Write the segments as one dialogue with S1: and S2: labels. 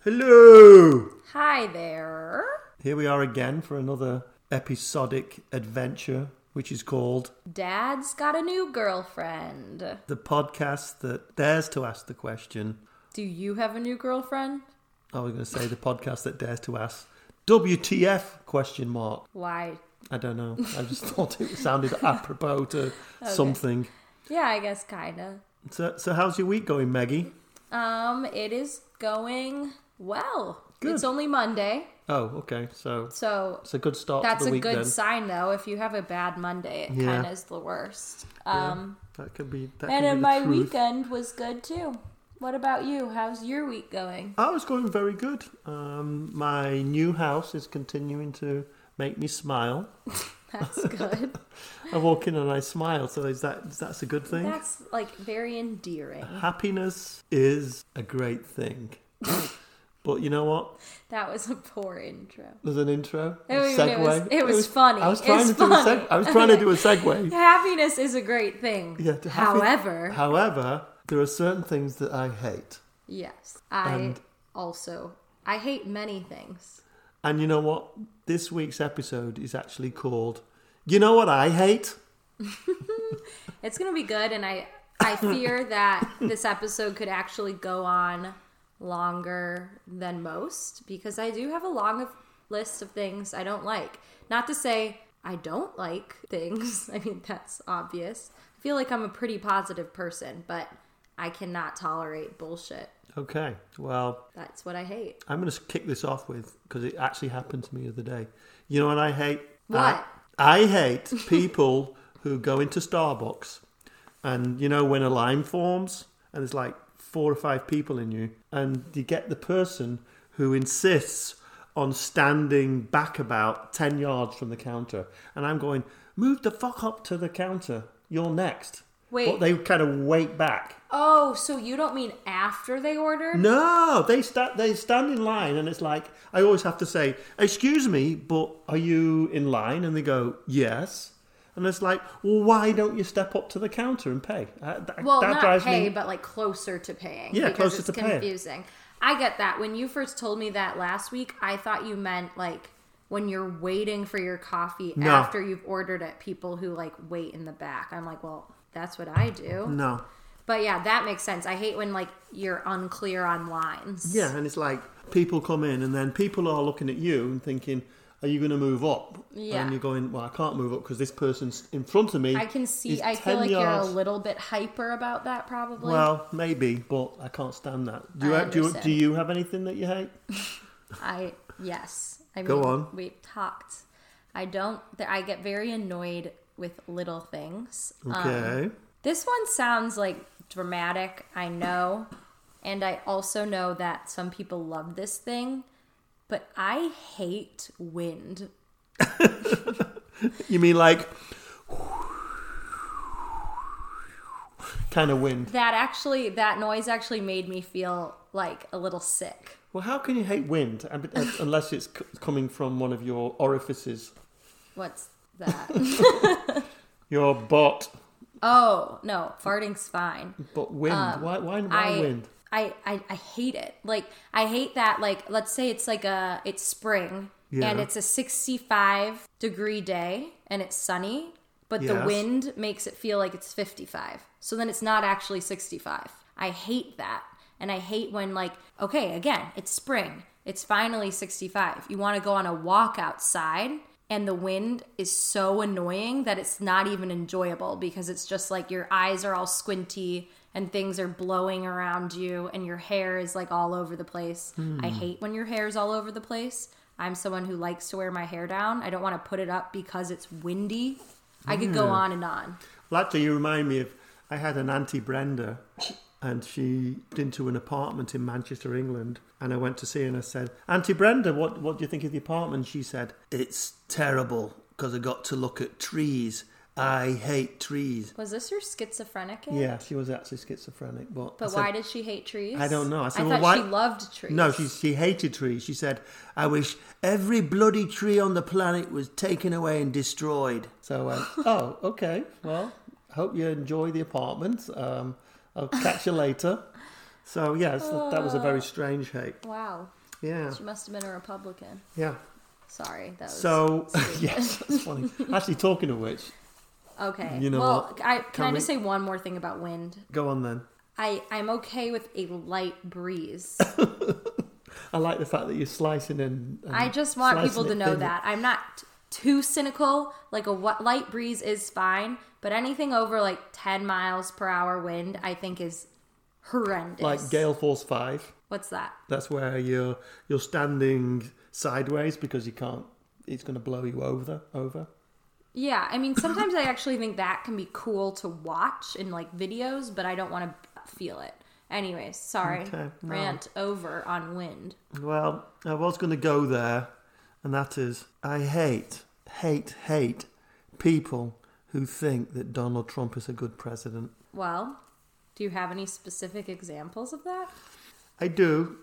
S1: Hello!
S2: Hi there.
S1: Here we are again for another episodic adventure, which is called
S2: Dad's got a new girlfriend.
S1: the podcast that dares to ask the question.
S2: Do you have a new girlfriend?
S1: I was going to say the podcast that dares to ask WTF question mark.
S2: Why?
S1: I don't know. I just thought it sounded apropos to something.
S2: Yeah, I guess kinda.
S1: So, so how's your week going, Maggie?
S2: Um, it is going well.
S1: Good.
S2: It's only Monday,
S1: Oh, okay. So
S2: so
S1: it's a good start
S2: that's
S1: to the
S2: a
S1: week
S2: good
S1: then.
S2: sign though. If you have a bad Monday, it
S1: Yeah.
S2: kinda is the worst. Um
S1: that could be. That
S2: and
S1: could be the
S2: then my uh,
S1: truth.
S2: weekend was good too. What about you? How's your week going?
S1: I was going very good. Um, my new house is continuing to make me smile.
S2: That's good.
S1: I walk in and I smile, so is that that's a good thing?
S2: that's like very endearing.
S1: Happiness is a great thing. but you know what?
S2: That was a poor intro.
S1: There's an intro, a
S2: It was-
S1: segue.
S2: it was- it was funny.
S1: I was
S2: It's
S1: trying to do a
S2: funny.
S1: seg- I was trying to do a segue.
S2: Happiness is a great thing.
S1: Yeah, to happy-
S2: However,
S1: However, there are certain things that I hate,
S2: yes, I
S1: And-
S2: also I hate many things.
S1: and you know what? This week's episode is actually called "You Know What I Hate."
S2: It's gonna be good, and I I fear that this episode could actually go on longer than most because I do have a long of, list of things I don't like. Not to say I don't like things. I mean that's obvious. I feel like I'm a pretty positive person, but I cannot tolerate bullshit.
S1: Okay, well,
S2: That's what I hate.
S1: I'm going to kick this off with because it actually happened to me the other day. You know what I hate?
S2: What?
S1: I, I hate people who go into Starbucks and, you know, when a line forms and there's like four or five people in you, and you get the person who insists on standing back about 10 yards from the counter. And I'm going, move the fuck up to the counter. You're next.
S2: Wait.
S1: But they kind of wait back.
S2: Oh, so you don't mean after they ordered?
S1: No, they stand they stand in line, and it's like I always have to say, "Excuse me, but are you in line?" And they go, "Yes." And it's like, well, why don't you step up to the counter and pay? Uh, that,
S2: Well,
S1: that
S2: not
S1: drives
S2: pay,
S1: me.
S2: but like closer to paying.
S1: Yeah,
S2: because
S1: closer
S2: it's
S1: to paying.
S2: confusing. I get that. When you first told me that last week, I thought you meant like when you're waiting for your coffee
S1: No.
S2: after you've ordered it, people who like wait in the back. I'm like, well, that's what I do.
S1: No.
S2: But yeah, that makes sense. I hate when like you're unclear on lines.
S1: Yeah, and it's like people come in, and then people are looking at you and thinking, "Are you going to move up?"
S2: Yeah.
S1: And you're going, "Well, I can't move up because this person's in front of me."
S2: I can
S1: is
S2: see. I
S1: 10
S2: feel like
S1: yards-
S2: you're a little bit hyper about that, probably.
S1: Well, maybe, but I can't stand that. Do you,
S2: I
S1: have- do you do
S2: understand.
S1: you have anything that you hate?
S2: I yes. I mean,
S1: Go on.
S2: We've talked. I don't. th- I get very annoyed with little things.
S1: Mm.
S2: Um,
S1: Okay.
S2: this one sounds like dramatic. I know, and I also know that some people love this thing, but I hate wind.
S1: You mean like kind of wind?
S2: That actually, that noise actually made me feel like a little sick.
S1: Well, how can you hate wind I mean, uh, unless it's c- coming from one of your orifices?
S2: What's that?
S1: Your butt,
S2: oh no, farting's fine.
S1: but wind. why? Why? Why
S2: I,
S1: wind?
S2: I, I I hate it. Like I hate that. Like let's say it's like a it's spring
S1: Yeah.
S2: and it's a sixty five degree day and it's sunny, but
S1: Yes.
S2: the wind makes it feel like it's fifty five. So then it's not actually sixty five. I hate that, and I hate when like okay again it's spring. It's finally sixty five. You want to go on a walk outside. And the wind is so annoying that it's not even enjoyable because it's just like your eyes are all squinty and things are blowing around you and your hair is like all over the place. I hate when your hair is all over the place. I'm someone who likes to wear my hair down. I don't want to put it up because it's windy. I could
S1: Mm.
S2: go on and on.
S1: Well, actually, you remind me of. I had an auntie Brenda, and she moved into an apartment in Manchester, England. And I went to see her, and I said, "Auntie Brenda, what what do you think of the apartment?" She said, "It's terrible because I got to look at trees. I hate trees."
S2: Was this your schizophrenic? aunt?
S1: Yeah, she was actually schizophrenic, but I
S2: But
S1: said-
S2: why did she hate trees?
S1: I don't know. I
S2: I,
S1: said,
S2: thought
S1: well, why-
S2: she loved trees.
S1: No, she she hated trees. She said, "I wish every bloody tree on the planet was taken away and destroyed." So I went, "Oh, okay. Well, hope you enjoy the apartment. Um, I'll catch you later." So yeah, it's, that was a
S2: Ah.
S1: very strange hate.
S2: Wow.
S1: Yeah,
S2: She must have been a Republican.
S1: yeah.
S2: Sorry. That was
S1: So
S2: stupid.
S1: yes, that's funny. Actually, talking of which,
S2: Okay.
S1: You know
S2: well,
S1: what?
S2: I, can,
S1: Can
S2: I
S1: we-
S2: just say one more thing about wind?
S1: go on then.
S2: I, I'm okay with a light breeze.
S1: I like the fact that you're slicing uh, and. and
S2: I just want
S1: slicing
S2: people
S1: it
S2: to know
S1: thinly.
S2: that. I'm not t- too cynical. Like a wa- light breeze is fine, but anything over like 10 miles per hour wind, I think is horrendous.
S1: Like gale force five.
S2: What's that?
S1: That's where you're you're standing sideways because you can't. It's going to blow you over. Over.
S2: Yeah, I mean, sometimes I actually think that can be cool to watch in like videos, but I don't want to feel it. Anyways, sorry.
S1: Okay, no.
S2: Rant over on wind.
S1: Well, I was going to go there, and that is I hate, hate, hate people who think that Donald Trump is a good president.
S2: Well, do you have any specific examples of that?
S1: I do.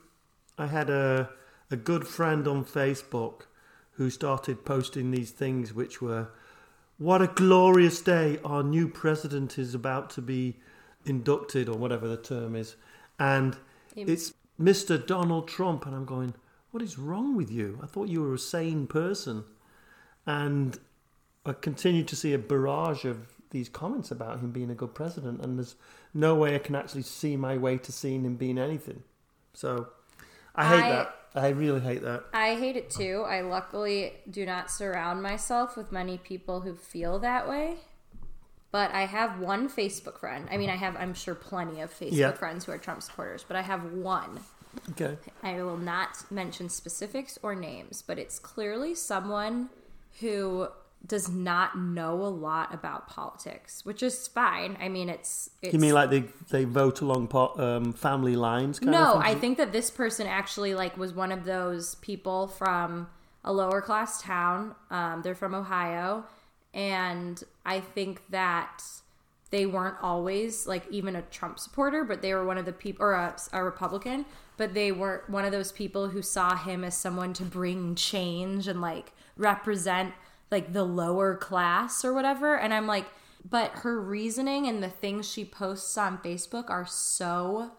S1: I had a a good friend on Facebook who started posting these things which were what a glorious day our new president is about to be inducted or whatever the term is and
S2: Im-
S1: it's Mr. Donald Trump and I'm going what is wrong with you? I thought you were a sane person. And I continue to see a barrage of these comments about him being a good president, and there's no way I can actually see my way to seeing him being anything. So I hate
S2: I-
S1: that. I really hate that.
S2: I hate it too. I luckily do not surround myself with many people who feel that way. But I have one Facebook friend. I mean, I have, I'm sure, plenty of Facebook
S1: Yeah.
S2: friends who are Trump supporters, but I have one.
S1: Okay.
S2: I will not mention specifics or names, but it's clearly someone who does not know a lot about politics, which is fine. I mean, it's. it's
S1: You mean like they they vote along po- um, family lines? Kind
S2: no
S1: of
S2: i
S1: thing?
S2: think that this person actually like was one of those people from a lower class town um, they're from ohio and i think that they weren't always like even a trump supporter but they were one of the people or a, a republican but they were one of those people who saw him as someone to bring change and like represent like the lower class or whatever and i'm like but her reasoning and the things she posts on facebook are so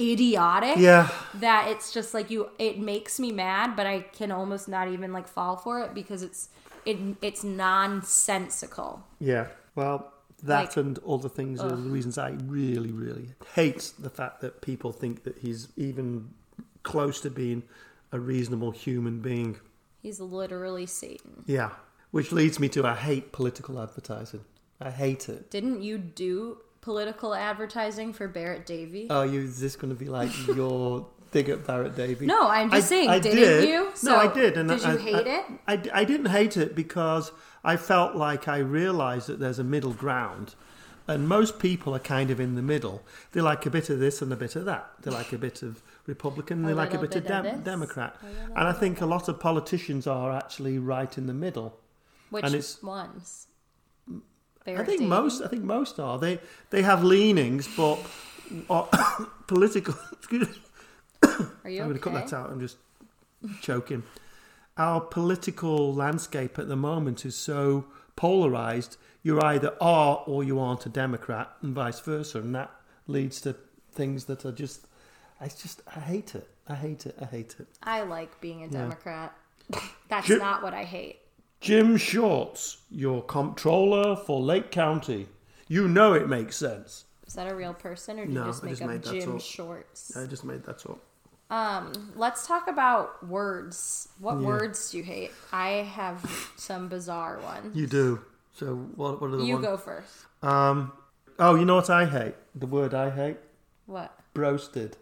S2: idiotic
S1: Yeah.
S2: that it's just like you it makes me mad but i can almost not even like fall for it because it's it it's nonsensical
S1: Yeah. Well, that
S2: Like-
S1: and other things are the reasons I really, really hate the fact that people think that he's even close to being a reasonable human being.
S2: he's literally satan
S1: Yeah. Which leads me to I hate political advertising. I hate it.
S2: didn't you do political advertising for barrett davy
S1: Oh, you is this going to be like your dig at Barrett Davy?
S2: No, I'm just saying, didn't you?
S1: no,
S2: So,
S1: I did. And
S2: did
S1: I,
S2: you hate
S1: I-
S2: it?
S1: I, d- I didn't hate it because I felt like I realised that there's a middle ground. And most people are kind of in the middle. They like a bit of this and a bit of that. They like a bit of Republican, they like a
S2: little
S1: bit, of,
S2: bit of
S1: Dem-
S2: this,
S1: Democrat. And I think a lot of politicians are actually right in the middle.
S2: which
S1: and it's-
S2: ones
S1: I
S2: Barrett
S1: think
S2: Davy?
S1: most. I think most are. They they have leanings, but are political. excuse me.
S2: are you
S1: I'm going to cut
S2: okay?
S1: that out. I'm just choking. Our political landscape at the moment is so polarized. You either are or you aren't a Democrat, and vice versa, and that leads to things that are just. I just. I hate it. I hate it. I hate it.
S2: i like being a democrat that's
S1: Ju-
S2: not what i hate
S1: Jim Shorts, your comptroller for Lake County. You know it makes sense.
S2: is that a real person or did
S1: No,
S2: you just
S1: I
S2: make
S1: just
S2: up
S1: made that
S2: Jim
S1: up.
S2: Shorts?
S1: I just made that up.
S2: Um, let's talk about words. What
S1: Yeah.
S2: words do you hate? I have some bizarre ones.
S1: You do. So what? What are the
S2: You
S1: ones?
S2: go first.
S1: Um. Oh, you know what I hate? The word I hate.
S2: What?
S1: Broasted.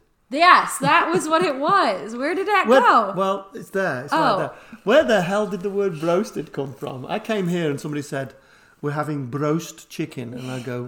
S2: Yes, that was what it was. Where did that
S1: Where-
S2: go?
S1: Well, it's there. It's
S2: Oh.
S1: right there. Where the hell did the word broasted come from? I came here and somebody said, "We're having broast chicken," and I go,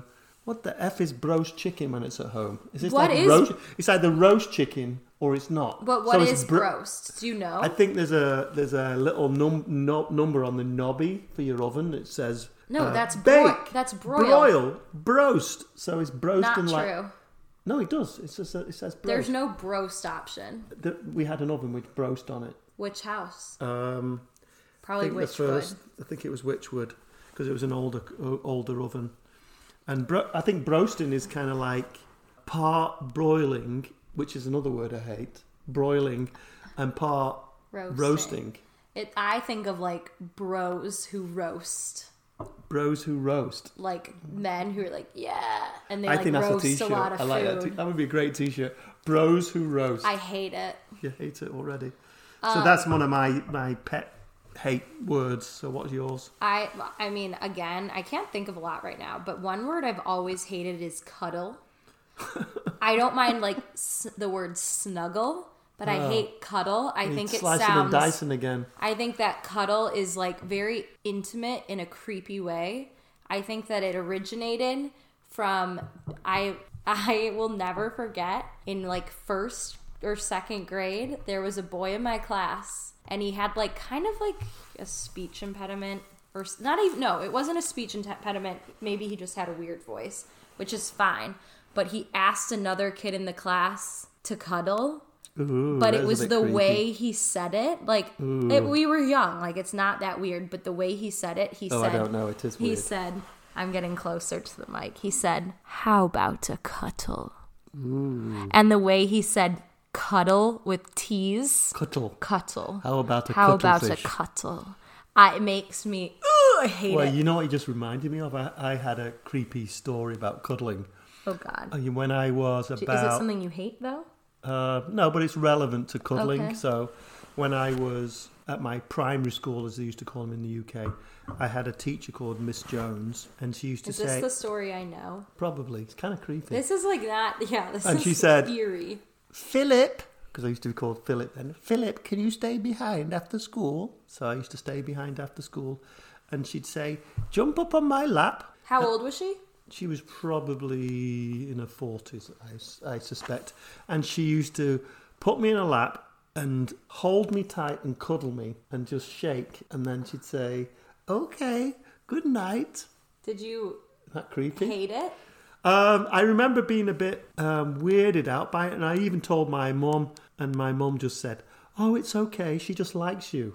S1: "What the f is broast chicken when it's at home? Is this
S2: What
S1: like
S2: is-
S1: roast? It's either roast chicken or it's not."
S2: but
S1: So
S2: what is
S1: it's bro-
S2: roast? Do you know?
S1: I think there's a there's a little num- no, number on the knobby for your oven that says uh,
S2: No, that's broi-
S1: bake,
S2: that's broil.
S1: broil, broast. So it's
S2: Not
S1: broasting
S2: true.
S1: like no, it does. It's just it says
S2: There's
S1: broast.
S2: no broast option.
S1: Th- we had an oven with broast on it.
S2: Which house?
S1: Um, I
S2: Probably
S1: think the
S2: which
S1: first, I think it was Witchwood because it was an older o- older oven, and bro- I think broasting is kind of like part broiling which is another word I hate, broiling, and part
S2: Roasting.
S1: roasting.
S2: It, I think of like bros who roast,
S1: Bros who roast.
S2: like men who are like, yeah, and they
S1: I
S2: like
S1: think that's a
S2: roast
S1: t-shirt.
S2: a lot of
S1: I like
S2: food.
S1: that. T- that would be a great t-shirt. Bros who roast.
S2: I Um, hate it.
S1: You hate it already. so that's one of my my pet hate words. So what's yours?
S2: I I mean, again, I can't think of a lot right now, but one word I've always hated is cuddle. I don't mind like s- the word snuggle, but
S1: Oh.
S2: I hate cuddle. I think it
S1: slicing and
S2: sounds.
S1: dicing again.
S2: I think that cuddle is like very intimate in a creepy way. I think that it originated from I I will never forget in like first or second grade there was a boy in my class and he had like kind of like a speech impediment or s- not even no it wasn't a speech impediment maybe he just had a weird voice which is fine but he asked another kid in the class to cuddle
S1: Ooh,
S2: but
S1: that is
S2: it
S1: a
S2: was
S1: bit
S2: the
S1: creepy.
S2: way he said it. Like it, we were young, like it's not that weird. But the way he said it, he
S1: Oh, I
S2: said,
S1: don't know. It is
S2: He
S1: weird.
S2: said, "I'm getting closer to the mic." He said, "How about a cuddle?" And the way he said "cuddle" with T's,
S1: Cuttle.
S2: cuddle.
S1: How about a
S2: How about
S1: cuttlefish?
S2: a cuddle? I, it makes me. Ooh, I hate
S1: Well,
S2: it.
S1: you know what you just reminded me of? I, I had a creepy story about cuddling.
S2: oh God.
S1: I mean, When I was
S2: Is it
S1: about
S2: something you hate though?
S1: Uh, no, but it's relevant to cuddling.
S2: Okay.
S1: So, when I was at my primary school, as they used to call them in the UK, I had a teacher called Miss Jones, and she used to
S2: Is
S1: say,
S2: this the story I know?
S1: probably, it's kind of creepy.
S2: This is like not. Yeah, this
S1: And
S2: is
S1: she said-
S2: eerie.
S1: Philip, because I used to be called Philip then. Philip, can you stay behind after school? So I used to stay behind after school, and she'd say, jump up on my lap.
S2: How old was she?
S1: She was probably in her forties, I s I I suspect, and she used to put me in her lap and hold me tight and cuddle me and just shake, and then she'd say, "Okay, good night."
S2: Did you
S1: Isn't that creepy?
S2: hate it?
S1: Um, I remember being a bit um, weirded out by it, and I even told my mum, and my mum just said, "Oh, it's okay. She just likes you."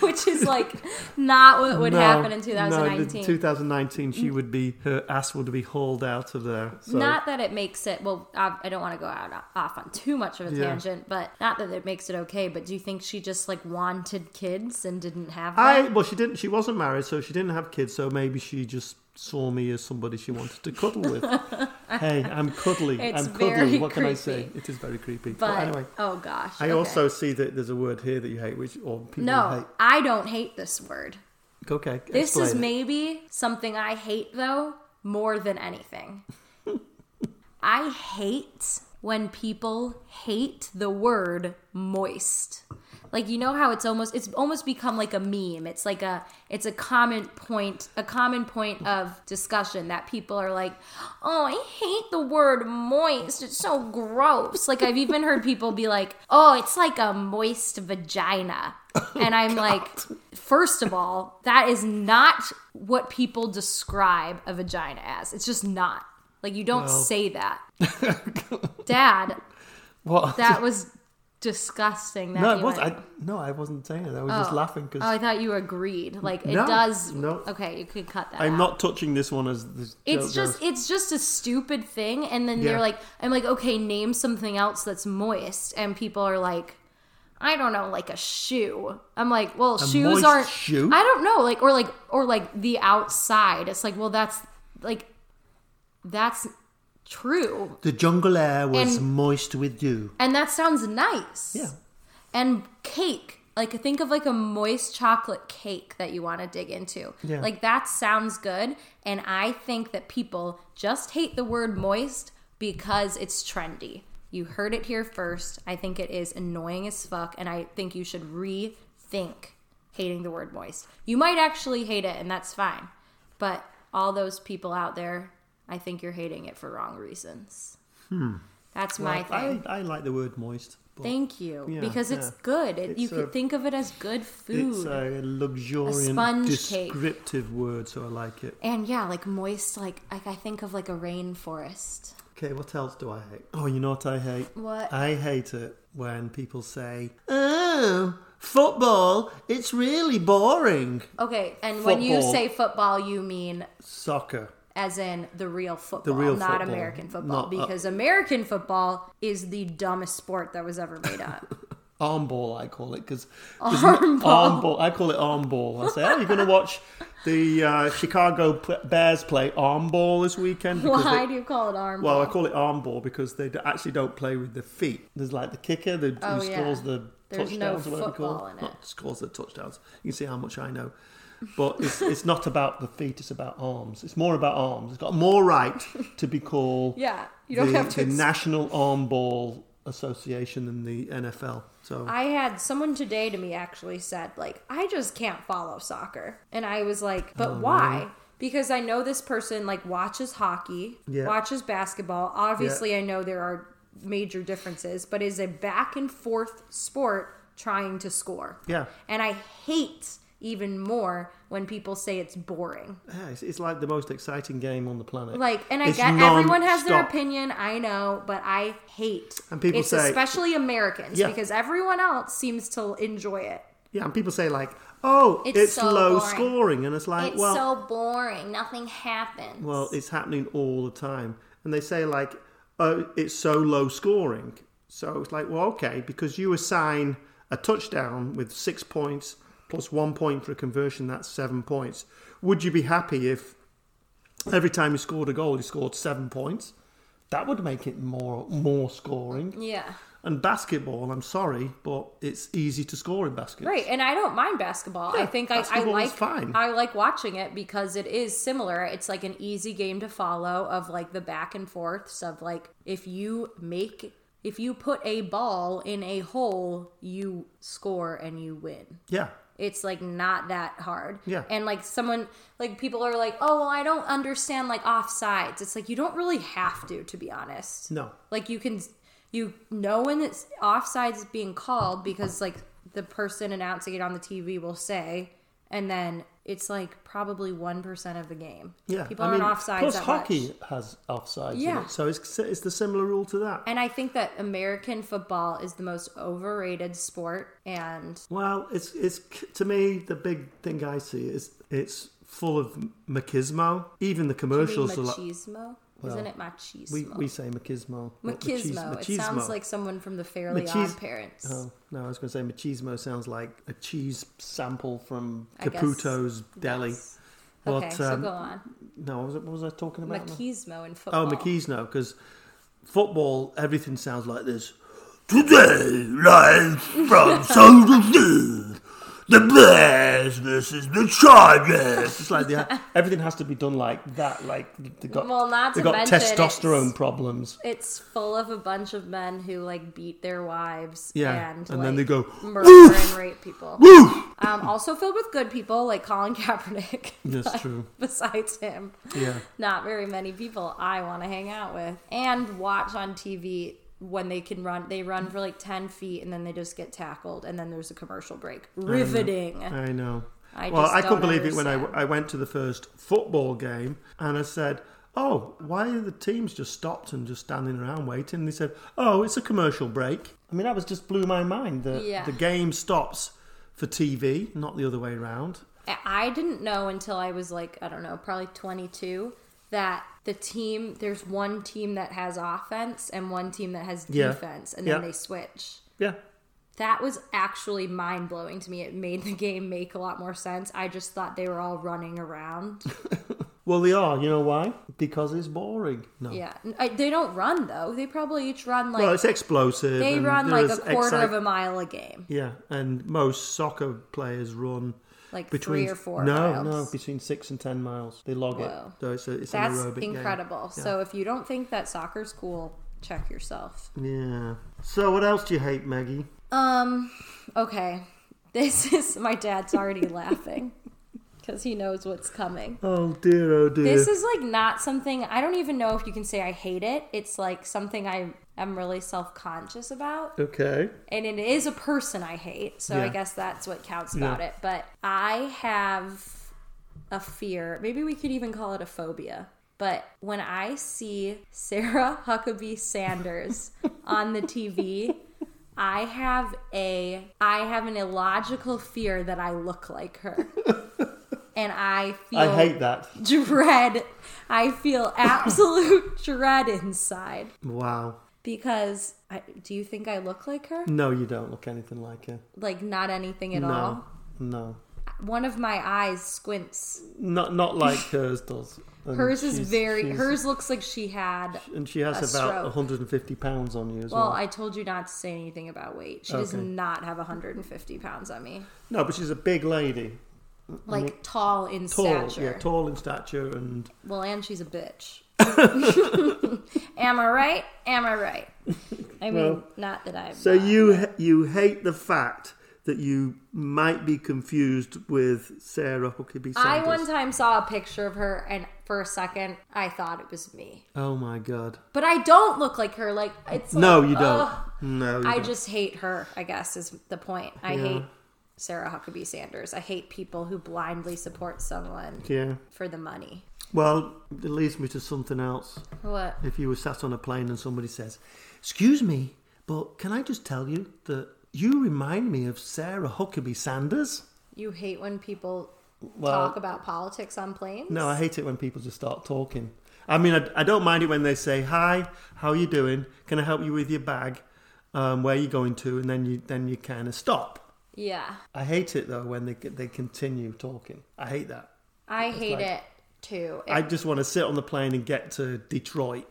S2: Which is like not what would
S1: No,
S2: happen in
S1: No, in
S2: 2019.
S1: 2019, she would be her ass would be hauled out of there. So.
S2: Mm. Not that it makes it well. I, I don't want to go out off on too much of a
S1: Yeah.
S2: tangent, but not that it makes it okay. But do you think she just like wanted kids and didn't have?
S1: I
S2: them?
S1: well, she didn't. She wasn't married, so she didn't have kids. So maybe she just saw me as somebody she wanted to cuddle with. hey, I'm cuddly.
S2: It's
S1: I'm cuddly.
S2: very
S1: what can I say?
S2: creepy.
S1: It is very creepy. But,
S2: but
S1: anyway,
S2: oh gosh,
S1: I
S2: okay.
S1: also see that there's a word here that you hate, which or people
S2: no.
S1: hate.
S2: I don't hate this word.
S1: Okay,
S2: This is
S1: explain it.
S2: maybe something I hate though more than anything. I hate when people hate the word moist. Like you know how it's almost it's almost become like a meme. It's like a it's a common point a common point of discussion that people are like, "Oh, I hate the word moist. It's so gross." Like I've even heard people be like, "Oh, it's like a moist vagina." And I'm like, first of all, that is not what people describe a vagina as. It's just not. Like you don't
S1: Well.
S2: say that. Dad,
S1: What?
S2: that was disgusting. That
S1: no,
S2: you
S1: it was.
S2: went-
S1: I, no, I wasn't saying it. I was just laughing because
S2: oh, I thought you agreed. Like it
S1: No,
S2: does.
S1: no.
S2: Okay, you could cut that.
S1: I'm
S2: out.
S1: not touching this one as the
S2: It's
S1: joke
S2: just
S1: goes.
S2: it's just a stupid thing, and then
S1: Yeah.
S2: they're like, I'm like, okay, name something else that's moist, and people are like. I don't know, like a shoe. I'm like, well, shoes
S1: moist
S2: aren't.
S1: shoe?
S2: I don't know, like or like or like the outside. It's like, well, that's like, that's true.
S1: the jungle air was
S2: And-
S1: moist with dew.
S2: And that sounds nice.
S1: Yeah.
S2: And cake. Like think of like a moist chocolate cake that you want to dig into.
S1: Yeah.
S2: Like that sounds good. And I think that people just hate the word moist because it's trendy. You heard it here first. I think it is annoying as fuck, and I think you should rethink hating the word moist. You might actually hate it, and that's fine. But all those people out there, I think you're hating it for wrong reasons. Hmm. That's my thing.
S1: I, I like the word moist. But
S2: Thank you,
S1: Yeah,
S2: because it's
S1: yeah.
S2: good. It, you
S1: It's a-
S2: could think of it as good
S1: it's
S2: food,
S1: a luxuriant,
S2: sponge cake.
S1: descriptive word, so I like it.
S2: and yeah, like moist. Like, like I think of like a rainforest.
S1: Okay, what else do I hate? Oh, you know what I hate?
S2: What?
S1: I hate it when people say, "Oh, football, it's really boring."
S2: Okay, and when you
S1: Football.
S2: say football, you mean
S1: Soccer.
S2: as in the real football,
S1: real
S2: not
S1: football.
S2: American football,
S1: Not, uh,
S2: because American football is the dumbest sport that was ever made up.
S1: Arm ball, I call it because arm, ball. I call it arm ball. I say, oh, you're going to watch the uh, Chicago P- Bears play arm ball this weekend. because
S2: Why
S1: they-
S2: do you call it arm
S1: well, I
S2: ball?
S1: call it arm ball because they d- actually don't play with the feet. There's like the kicker the,
S2: Oh,
S1: who
S2: yeah.
S1: scores the
S2: There's no
S1: touchdowns. or whatever you call
S2: football in it.
S1: Not scores the touchdowns. You can see how much I know. But it's, it's not about the feet. It's about arms. It's more about arms. It's got more right to be called
S2: Yeah, you don't
S1: the,
S2: have to.
S1: the
S2: explain.
S1: National Arm Ball Association than the NFL. So
S2: I had someone today to me actually said, like, I just can't follow soccer. And I was like, but
S1: Oh,
S2: why? Because I know this person like watches hockey,
S1: Yeah.
S2: watches basketball. Obviously, I know there are major differences, but is a back and forth sport trying to score.
S1: Yeah.
S2: And I hate even more when people say it's boring.
S1: yeah, it's, it's like the most exciting game on the planet.
S2: Like, and I
S1: It's
S2: get everyone has their
S1: non-stop.
S2: opinion. I know, but I hate.
S1: And people
S2: it's
S1: say-
S2: especially Americans
S1: Yeah.
S2: because everyone else seems to enjoy it.
S1: Yeah, and people say like, "Oh,
S2: It's
S1: it's,
S2: so
S1: low
S2: boring.
S1: scoring," and it's like,
S2: It's
S1: well,
S2: so boring. Nothing happens.
S1: well, it's happening all the time. And they say like, "Oh, it's so low scoring." So it's like, well, okay, because you assign a touchdown with six points plus one point for a conversion, that's seven points. Would you be happy if every time you scored a goal, you scored seven points? That would make it more more scoring.
S2: yeah,
S1: And basketball, I'm sorry, but it's easy to score in basketball.
S2: right. And I don't mind basketball. I
S1: Yeah,
S2: think I, I
S1: basketball is
S2: like
S1: fine.
S2: I like watching it because it is similar. It's like an easy game to follow of like the back and forths of like if you make if you put a ball in a hole, you score and you win.
S1: Yeah.
S2: It's like not that hard.
S1: Yeah.
S2: And like someone, like people are like, oh, well, I don't understand like offsides. It's like you don't really have to, to be honest.
S1: No.
S2: Like you can, you know when it's offsides is being called because like the person announcing it on the TV will say, and then it's like probably one percent of the game.
S1: Yeah.
S2: people
S1: I
S2: aren't
S1: mean,
S2: offsides
S1: Plus
S2: that
S1: hockey
S2: much.
S1: has offsides.
S2: Yeah.
S1: In it, so it's it's the similar rule to that.
S2: And I think that American football is the most overrated sport, and
S1: Well, it's it's to me the big thing I see is it's full of machismo. Even the commercials are like
S2: machismo. Isn't it machismo?
S1: we, we say machismo. not machis-
S2: Machismo. It sounds
S1: machismo.
S2: like someone from the Fairly
S1: Machis-
S2: Odd Parents.
S1: Oh no, I was going to say machismo sounds like a cheese sample from
S2: I guess.
S1: Caputo's deli.
S2: Yes.
S1: But
S2: okay, so
S1: um,
S2: go on.
S1: no, what was, I- what was I talking about? now?
S2: Machismo in football.
S1: Oh, Machismo, because football, everything sounds like this. Today, live from Soldier Field, the Bears versus the Chargers. It's like the, everything has to be done like that. Like they got,
S2: Well, not
S1: they
S2: to
S1: got
S2: mention
S1: testosterone
S2: it's-
S1: problems.
S2: It's full of a bunch of men who like beat their wives.
S1: Yeah,
S2: and,
S1: and then
S2: like,
S1: they go,
S2: murder
S1: "Woof!
S2: and rape people. Um, also filled with good people like Colin Kaepernick.
S1: That's true.
S2: Besides him,
S1: Yeah,
S2: not very many people I want to hang out with and watch on TV when they can run. They run for like ten feet and then they just get tackled and then there's a commercial break. Riveting.
S1: I know.
S2: I
S1: well,
S2: just
S1: I couldn't
S2: don't
S1: believe it when
S2: understand.
S1: I, I went to the first football game and I said, Oh, why are the teams just stopped and just standing around waiting? They said, Oh, it's a commercial break. I mean, that was just blew my mind. The,
S2: Yeah.
S1: the game stops for TV, not the other way around.
S2: I- I didn't know until I was like, I don't know, probably 22 that the team, there's one team that has offense and one team that has
S1: Yeah.
S2: defense, and then
S1: Yeah.
S2: they switch.
S1: Yeah.
S2: That was actually mind blowing to me. It made the game make a lot more sense. I just thought they were all running around.
S1: Well, they are. You know why? Because it's boring. No.
S2: yeah. I, they don't run, though. They probably each run like,
S1: Well, it's explosive.
S2: they
S1: and
S2: run
S1: there
S2: like a
S1: is
S2: quarter
S1: excite-
S2: of a mile a game.
S1: Yeah, and most soccer players run
S2: Like
S1: between
S2: three or four
S1: No,
S2: miles.
S1: no, between six and ten miles. They log
S2: Whoa.
S1: it, so it's, a, it's an
S2: That's
S1: aerobic game.
S2: incredible. So if you don't think that soccer's cool, check yourself.
S1: Yeah. So what else do you hate, Maggie?
S2: Um, okay. This is my dad's already laughing because he knows what's coming.
S1: Oh dear, oh dear.
S2: This is like not something I don't even know if you can say I hate it. It's like something I am really self conscious about,
S1: okay.
S2: and it is a person I hate, so I
S1: Yeah.
S2: guess that's what counts about
S1: Yeah.
S2: it. But I have a fear, maybe we could even call it a phobia. But when I see Sarah Huckabee Sanders on the TV, I have a I have an illogical fear that I look like her. and I feel
S1: I hate that.
S2: dread. I feel absolute dread inside
S1: Wow.
S2: because I, do you think I look like her?
S1: No, you don't look anything like her.
S2: Like not anything at
S1: No.
S2: all.
S1: No.
S2: One of my eyes squints.
S1: Not not like hers does. And
S2: Hers is
S1: she's-
S2: very.
S1: she's-
S2: Hers looks like she had.
S1: and she has
S2: a
S1: about
S2: stroke.
S1: 150 pounds on you as well.
S2: Well, I told you not to say anything about weight. She does
S1: Okay.
S2: not have 150 pounds on me.
S1: no, but she's a big lady,
S2: Like tall in
S1: tall,
S2: stature.
S1: yeah, tall in stature, and
S2: Well, and she's a bitch. Am I right? Am I right? I mean,
S1: Well,
S2: not that I'm.
S1: so
S2: not.
S1: you you hate the fact that you might be confused with Sarah Huckabee Sanders.
S2: I one time saw a picture of her, and for a second, I thought it was me.
S1: oh my god!
S2: But I don't look like her. Like it's
S1: No,
S2: like,
S1: you don't.
S2: ugh.
S1: no, you
S2: I
S1: don't.
S2: just hate her. I guess is the point. I
S1: Yeah.
S2: hate Sarah Huckabee Sanders. I hate people who blindly support someone
S1: yeah.
S2: for the money.
S1: Well, it leads me to something else.
S2: What?
S1: If you were sat on a plane and somebody says, "Excuse me, but can I just tell you that you remind me of Sarah Huckabee Sanders?"
S2: You hate when people
S1: Well-
S2: talk about politics on planes?
S1: No, I hate it when people just start talking. I mean, I, I don't mind it when they say, "Hi, how you doing? Can I help you with your bag? Um, where you going to?" And then you then you kind of stop.
S2: Yeah.
S1: I hate it though when they they continue talking. I hate that.
S2: I hate
S1: like-
S2: it too.
S1: I just want to sit on the plane and get to Detroit.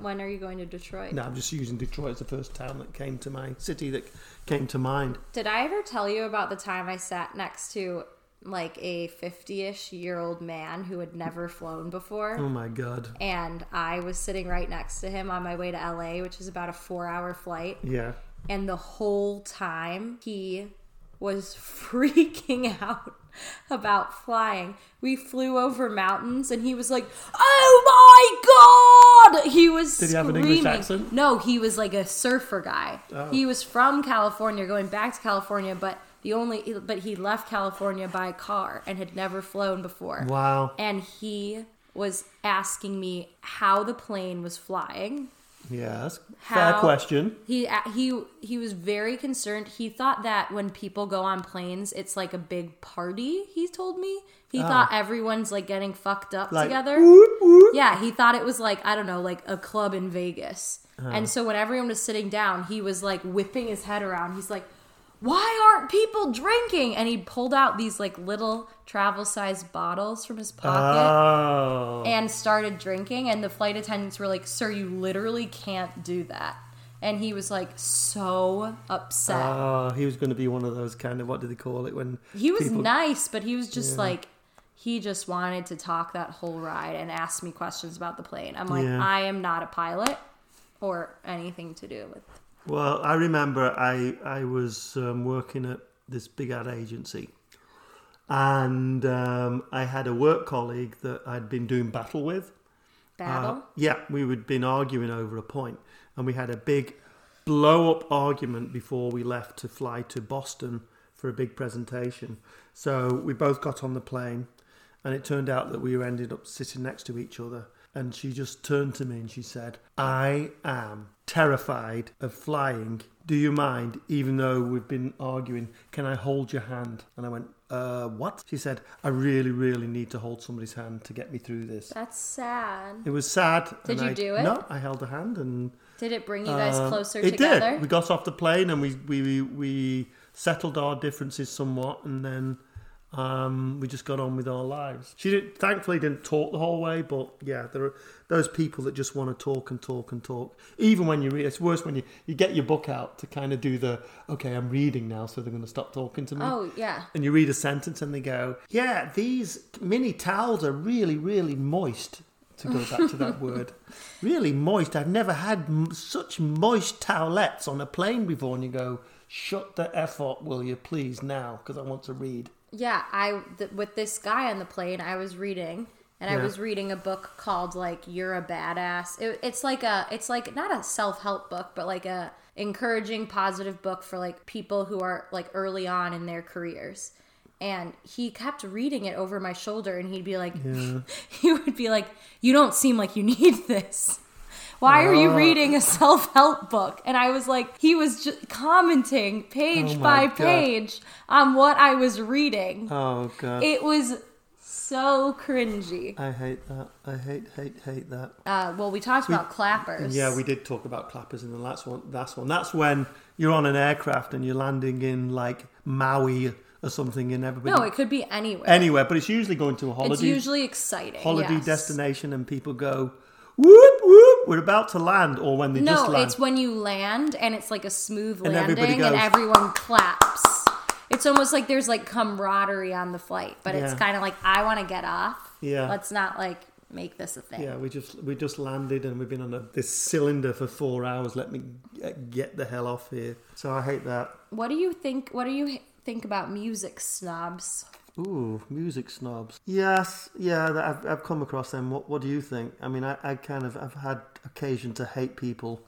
S2: when are you going to Detroit?
S1: No, I'm just using Detroit as the first town that came to my city that came to mind.
S2: Did I ever tell you about the time I sat next to like a 50 ish year old man who had never flown before?
S1: Oh my god.
S2: And I was sitting right next to him on my way to LA, which is about a four hour flight.
S1: Yeah.
S2: And the whole time he was freaking out about flying. We flew over mountains and he was like, "Oh my god!" He was
S1: Did he have an
S2: screaming.
S1: English accent? Oh.
S2: No, he was like a surfer guy. He was from California, going back to California, but the only but he left California by car and had never flown before.
S1: Wow.
S2: And he was asking me how the plane was flying.
S1: Yes. Fair
S2: How-
S1: question.
S2: He he he was very concerned. He thought that when people go on planes, it's like a big party. He told me he thought everyone's like getting fucked up
S1: Ah. Like,
S2: together.
S1: whoop, whoop.
S2: Yeah, he thought it was like I don't know, like a club in Vegas.
S1: Uh-huh.
S2: And so when everyone was sitting down, he was like whipping his head around. He's like, "Why aren't people drinking?" And he pulled out these like little travel-sized bottles from his pocket
S1: Oh.
S2: and started drinking and the flight attendants were like sir you literally can't do that and he was like so upset
S1: Oh, he was going to be one of those kind of what do they call it when
S2: he was
S1: people-
S2: nice but he was just like he just wanted to talk that whole ride and ask me questions about the plane i'm like
S1: Yeah.
S2: i am not a pilot or anything to do with
S1: Well, I remember I I was um, working at this big ad agency, and um, I had a work colleague that I'd been doing battle with.
S2: battle
S1: Uh, yeah, we had been arguing over a point, and we had a big blow up argument before we left to fly to Boston for a big presentation. So we both got on the plane, and it turned out that we ended up sitting next to each other. And she just turned to me and she said, I am terrified of flying. Do you mind? Even though we've been arguing, can I hold your hand? And I went, uh, what? She said, I really, really need to hold somebody's hand to get me through this.
S2: that's sad
S1: It was sad.
S2: Did
S1: and
S2: you
S1: I-
S2: do it?
S1: No, I held a hand and.
S2: did it bring you guys
S1: um,
S2: closer
S1: it
S2: together
S1: did. We got off the plane and we we we, we settled our differences somewhat, and then um, we just got on with our lives. She did, thankfully didn't talk the whole way, but yeah, there are those people that just want to talk and talk and talk. Even when you read, it's worse when you you get your book out to kind of do the okay, I'm reading now, so they're going to stop talking to me
S2: oh yeah
S1: and you read a sentence and they go, "Yeah, these mini towels are really, really moist." To go back to that word, really moist. I've never had m- such moist towelettes on a plane before. And you go, "Shut the f up, will you please now? Because I want to read."
S2: yeah i th- with this guy on the plane i was reading and i
S1: Yeah.
S2: was reading a book called like you're a badass it, it's like a it's like not a self-help book but like a encouraging positive book for like people who are like early on in their careers and he kept reading it over my shoulder and he'd be like he would be like you don't seem like you need this why are you
S1: Ah.
S2: reading a self-help book and i was like he was just commenting page
S1: Oh my
S2: by
S1: God.
S2: page on what i was reading
S1: Oh god!
S2: it was so cringy.
S1: I hate that. I hate, hate, hate that.
S2: Uh, well, we talked about clappers.
S1: Yeah, we did talk about clappers in the last one. That's one. That's when you're on an aircraft and you're landing in like Maui or something, and everybody
S2: No, it could be anywhere.
S1: anywhere. But it's usually going to a holiday
S2: it's usually exciting.
S1: holiday
S2: yes.
S1: destination, and people go whoop whoop. We're about to land, or when they just
S2: No,
S1: land.
S2: it's when you land and it's like a smooth
S1: And
S2: landing
S1: everybody
S2: and
S1: goes-
S2: everyone claps. It's almost like there's like camaraderie on the flight, but it's
S1: Yeah.
S2: kind of like I want to get off.
S1: Yeah.
S2: Let's not like make this a thing.
S1: Yeah, we just we just landed and we've been on a, this cylinder for four hours. Let me get the hell off here. So I hate that.
S2: What do you think? What do you think about music snobs?
S1: Ooh, music snobs. Yes, yeah, that- I've, I've come across them. What What do you think? I mean, I, I kind of I've had occasion to hate people,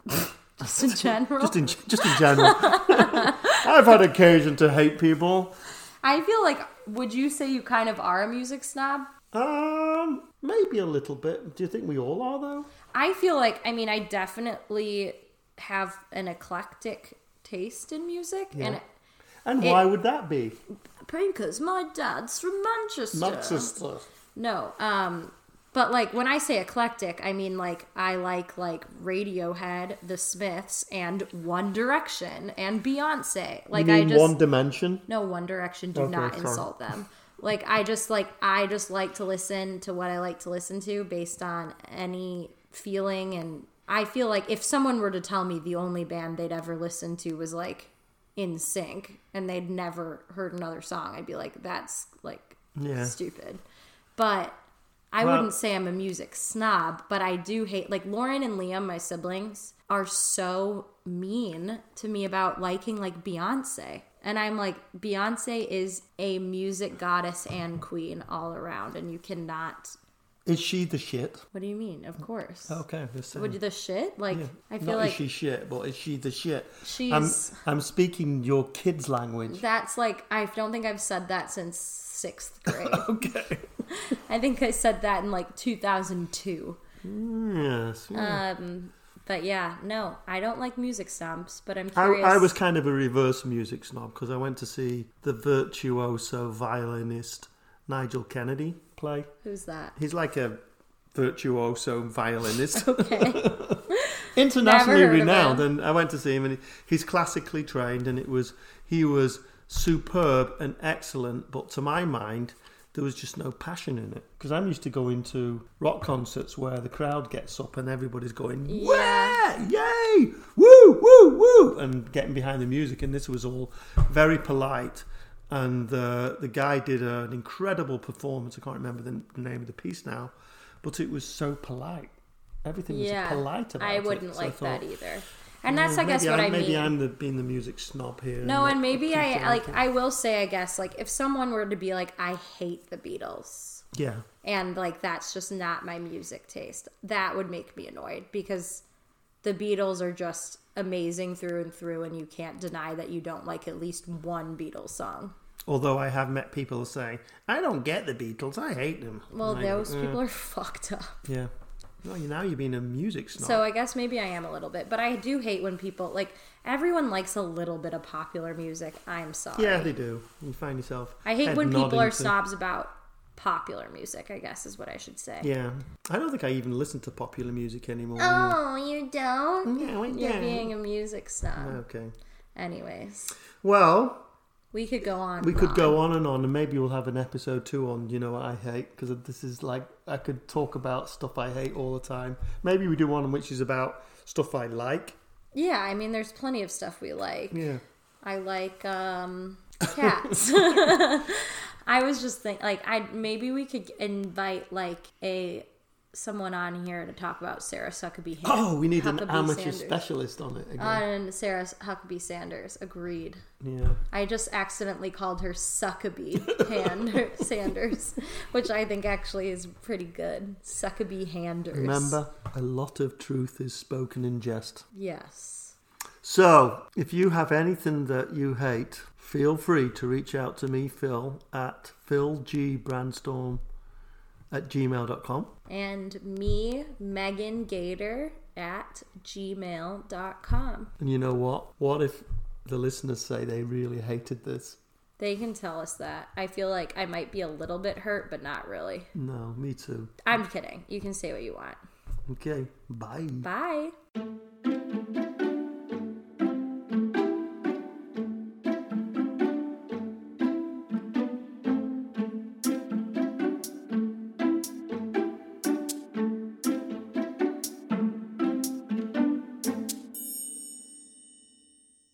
S2: Just in general,
S1: just in just in general. I've had occasion to hate people.
S2: I feel like would you say you kind of are a music snob?
S1: Um, maybe a little bit. Do you think we all are though?
S2: I feel like I mean I definitely have an eclectic taste in music, and
S1: And
S2: It-
S1: why would that be?
S2: because my dad's from Manchester.
S1: Not just uh,
S2: No, um, but like when I say eclectic, I mean like I like like Radiohead, The Smiths, and One Direction and Beyonce. Like
S1: you mean
S2: I just
S1: one dimension.
S2: no One Direction. Do
S1: Okay,
S2: not
S1: sorry.
S2: insult them. Like I just like I just like to listen to what I like to listen to based on any feeling, and I feel like if someone were to tell me the only band they'd ever listen to was like In Sync, and they'd never heard another song, I'd be like, that's like
S1: Yeah.
S2: stupid. But I
S1: Well-
S2: wouldn't say I'm a music snob, but I do hate like Lauren and Liam, my siblings, are so mean to me about liking like Beyonce. And I'm like, Beyonce is a music goddess and queen all around, and you cannot.
S1: Is she the shit?
S2: What do you mean? Of course.
S1: Okay, the same.
S2: Would you the shit? Like, I feel
S1: Not
S2: like
S1: is Oh, she shit, but is she the shit?
S2: She's-
S1: I'm, I'm speaking your kids' language.
S2: that's like I don't think I've said that since sixth grade.
S1: Okay.
S2: I think I said that in like 2002.
S1: Mm, Yes. yeah.
S2: Um, but yeah, no, I don't like music stomps, but I'm
S1: I,
S2: curious.
S1: I was kind of a reverse music snob because I went to see the virtuoso violinist Nigel Kennedy play.
S2: Who's that?
S1: He's like a virtuoso violinist,
S2: Okay.
S1: internationally
S2: heard of
S1: renowned.
S2: him.
S1: And I went to see him, and he, he's classically trained, and it was he was superb and excellent. But to my mind, there was just no passion in it because I'm used to going to rock concerts where the crowd gets up and everybody's going,
S2: Yeah.
S1: yeah, yay, woo, woo, woo, and getting behind the music. And this was all very polite. And uh, the guy did an incredible performance. I can't remember the n- name of the piece now, but it was so polite. Everything was
S2: yeah.
S1: polite about it.
S2: I wouldn't
S1: So
S2: like
S1: thought,
S2: that either. And that's, I
S1: maybe
S2: guess, what I,
S1: maybe
S2: mean.
S1: I'm the, being the music snob here.
S2: no,
S1: not
S2: and maybe I like.
S1: appreciating it.
S2: I will say, I guess, like if someone were to be like, I hate the Beatles,
S1: yeah,
S2: and like that's just not my music taste, that would make me annoyed because the Beatles are just amazing through and through, and you can't deny that you don't like at least one Beatles song.
S1: although I have met people who say I don't get the Beatles, I hate them.
S2: Well,
S1: And I go,
S2: those people are fucked up.
S1: yeah. Well, you- now you're being a music snob.
S2: So I guess maybe I am a little bit, but I do hate when people like everyone likes a little bit of popular music. I'm sorry.
S1: yeah, they do. You find yourself.
S2: I hate
S1: head
S2: when people
S1: nodding
S2: are
S1: to-
S2: snobs about popular music. I guess is what I should say.
S1: Yeah, I don't think I even listen to popular music anymore.
S2: Oh, you don't.
S1: Yeah, well,
S2: You're
S1: yeah.
S2: being a music snob.
S1: Okay.
S2: Anyways,
S1: Well,
S2: we could go on.
S1: we
S2: and
S1: could
S2: on.
S1: go on and on, and maybe we'll have an episode two on you know what I hate because this is like I could talk about stuff I hate all the time. Maybe we do one which is about stuff I like.
S2: Yeah, I mean, there's plenty of stuff we like.
S1: Yeah.
S2: I like um, cats. I was just think like I maybe we could invite like a someone on here to talk about Sarah Huckabee.
S1: Oh, we need an
S2: Huckabee
S1: amateur
S2: Sanders.
S1: specialist on it again.
S2: On Sarah Huckabee Sanders, agreed.
S1: yeah.
S2: I just accidentally called her Suckabee Hand Sanders, which I think actually is pretty good. Suckabee Handers.
S1: Remember, a lot of truth is spoken in jest.
S2: Yes.
S1: So, if you have anything that you hate, feel free to reach out to me, Phil, at philgbrandstorm at gmail.com.
S2: And me, Megan Gator at gmail.com.
S1: And you know what? What if the listeners say they really hated this?
S2: They can tell us that. I feel like I might be a little bit hurt, but not really.
S1: No, me too.
S2: I'm kidding. You can say what you want.
S1: Okay, bye.
S2: Bye.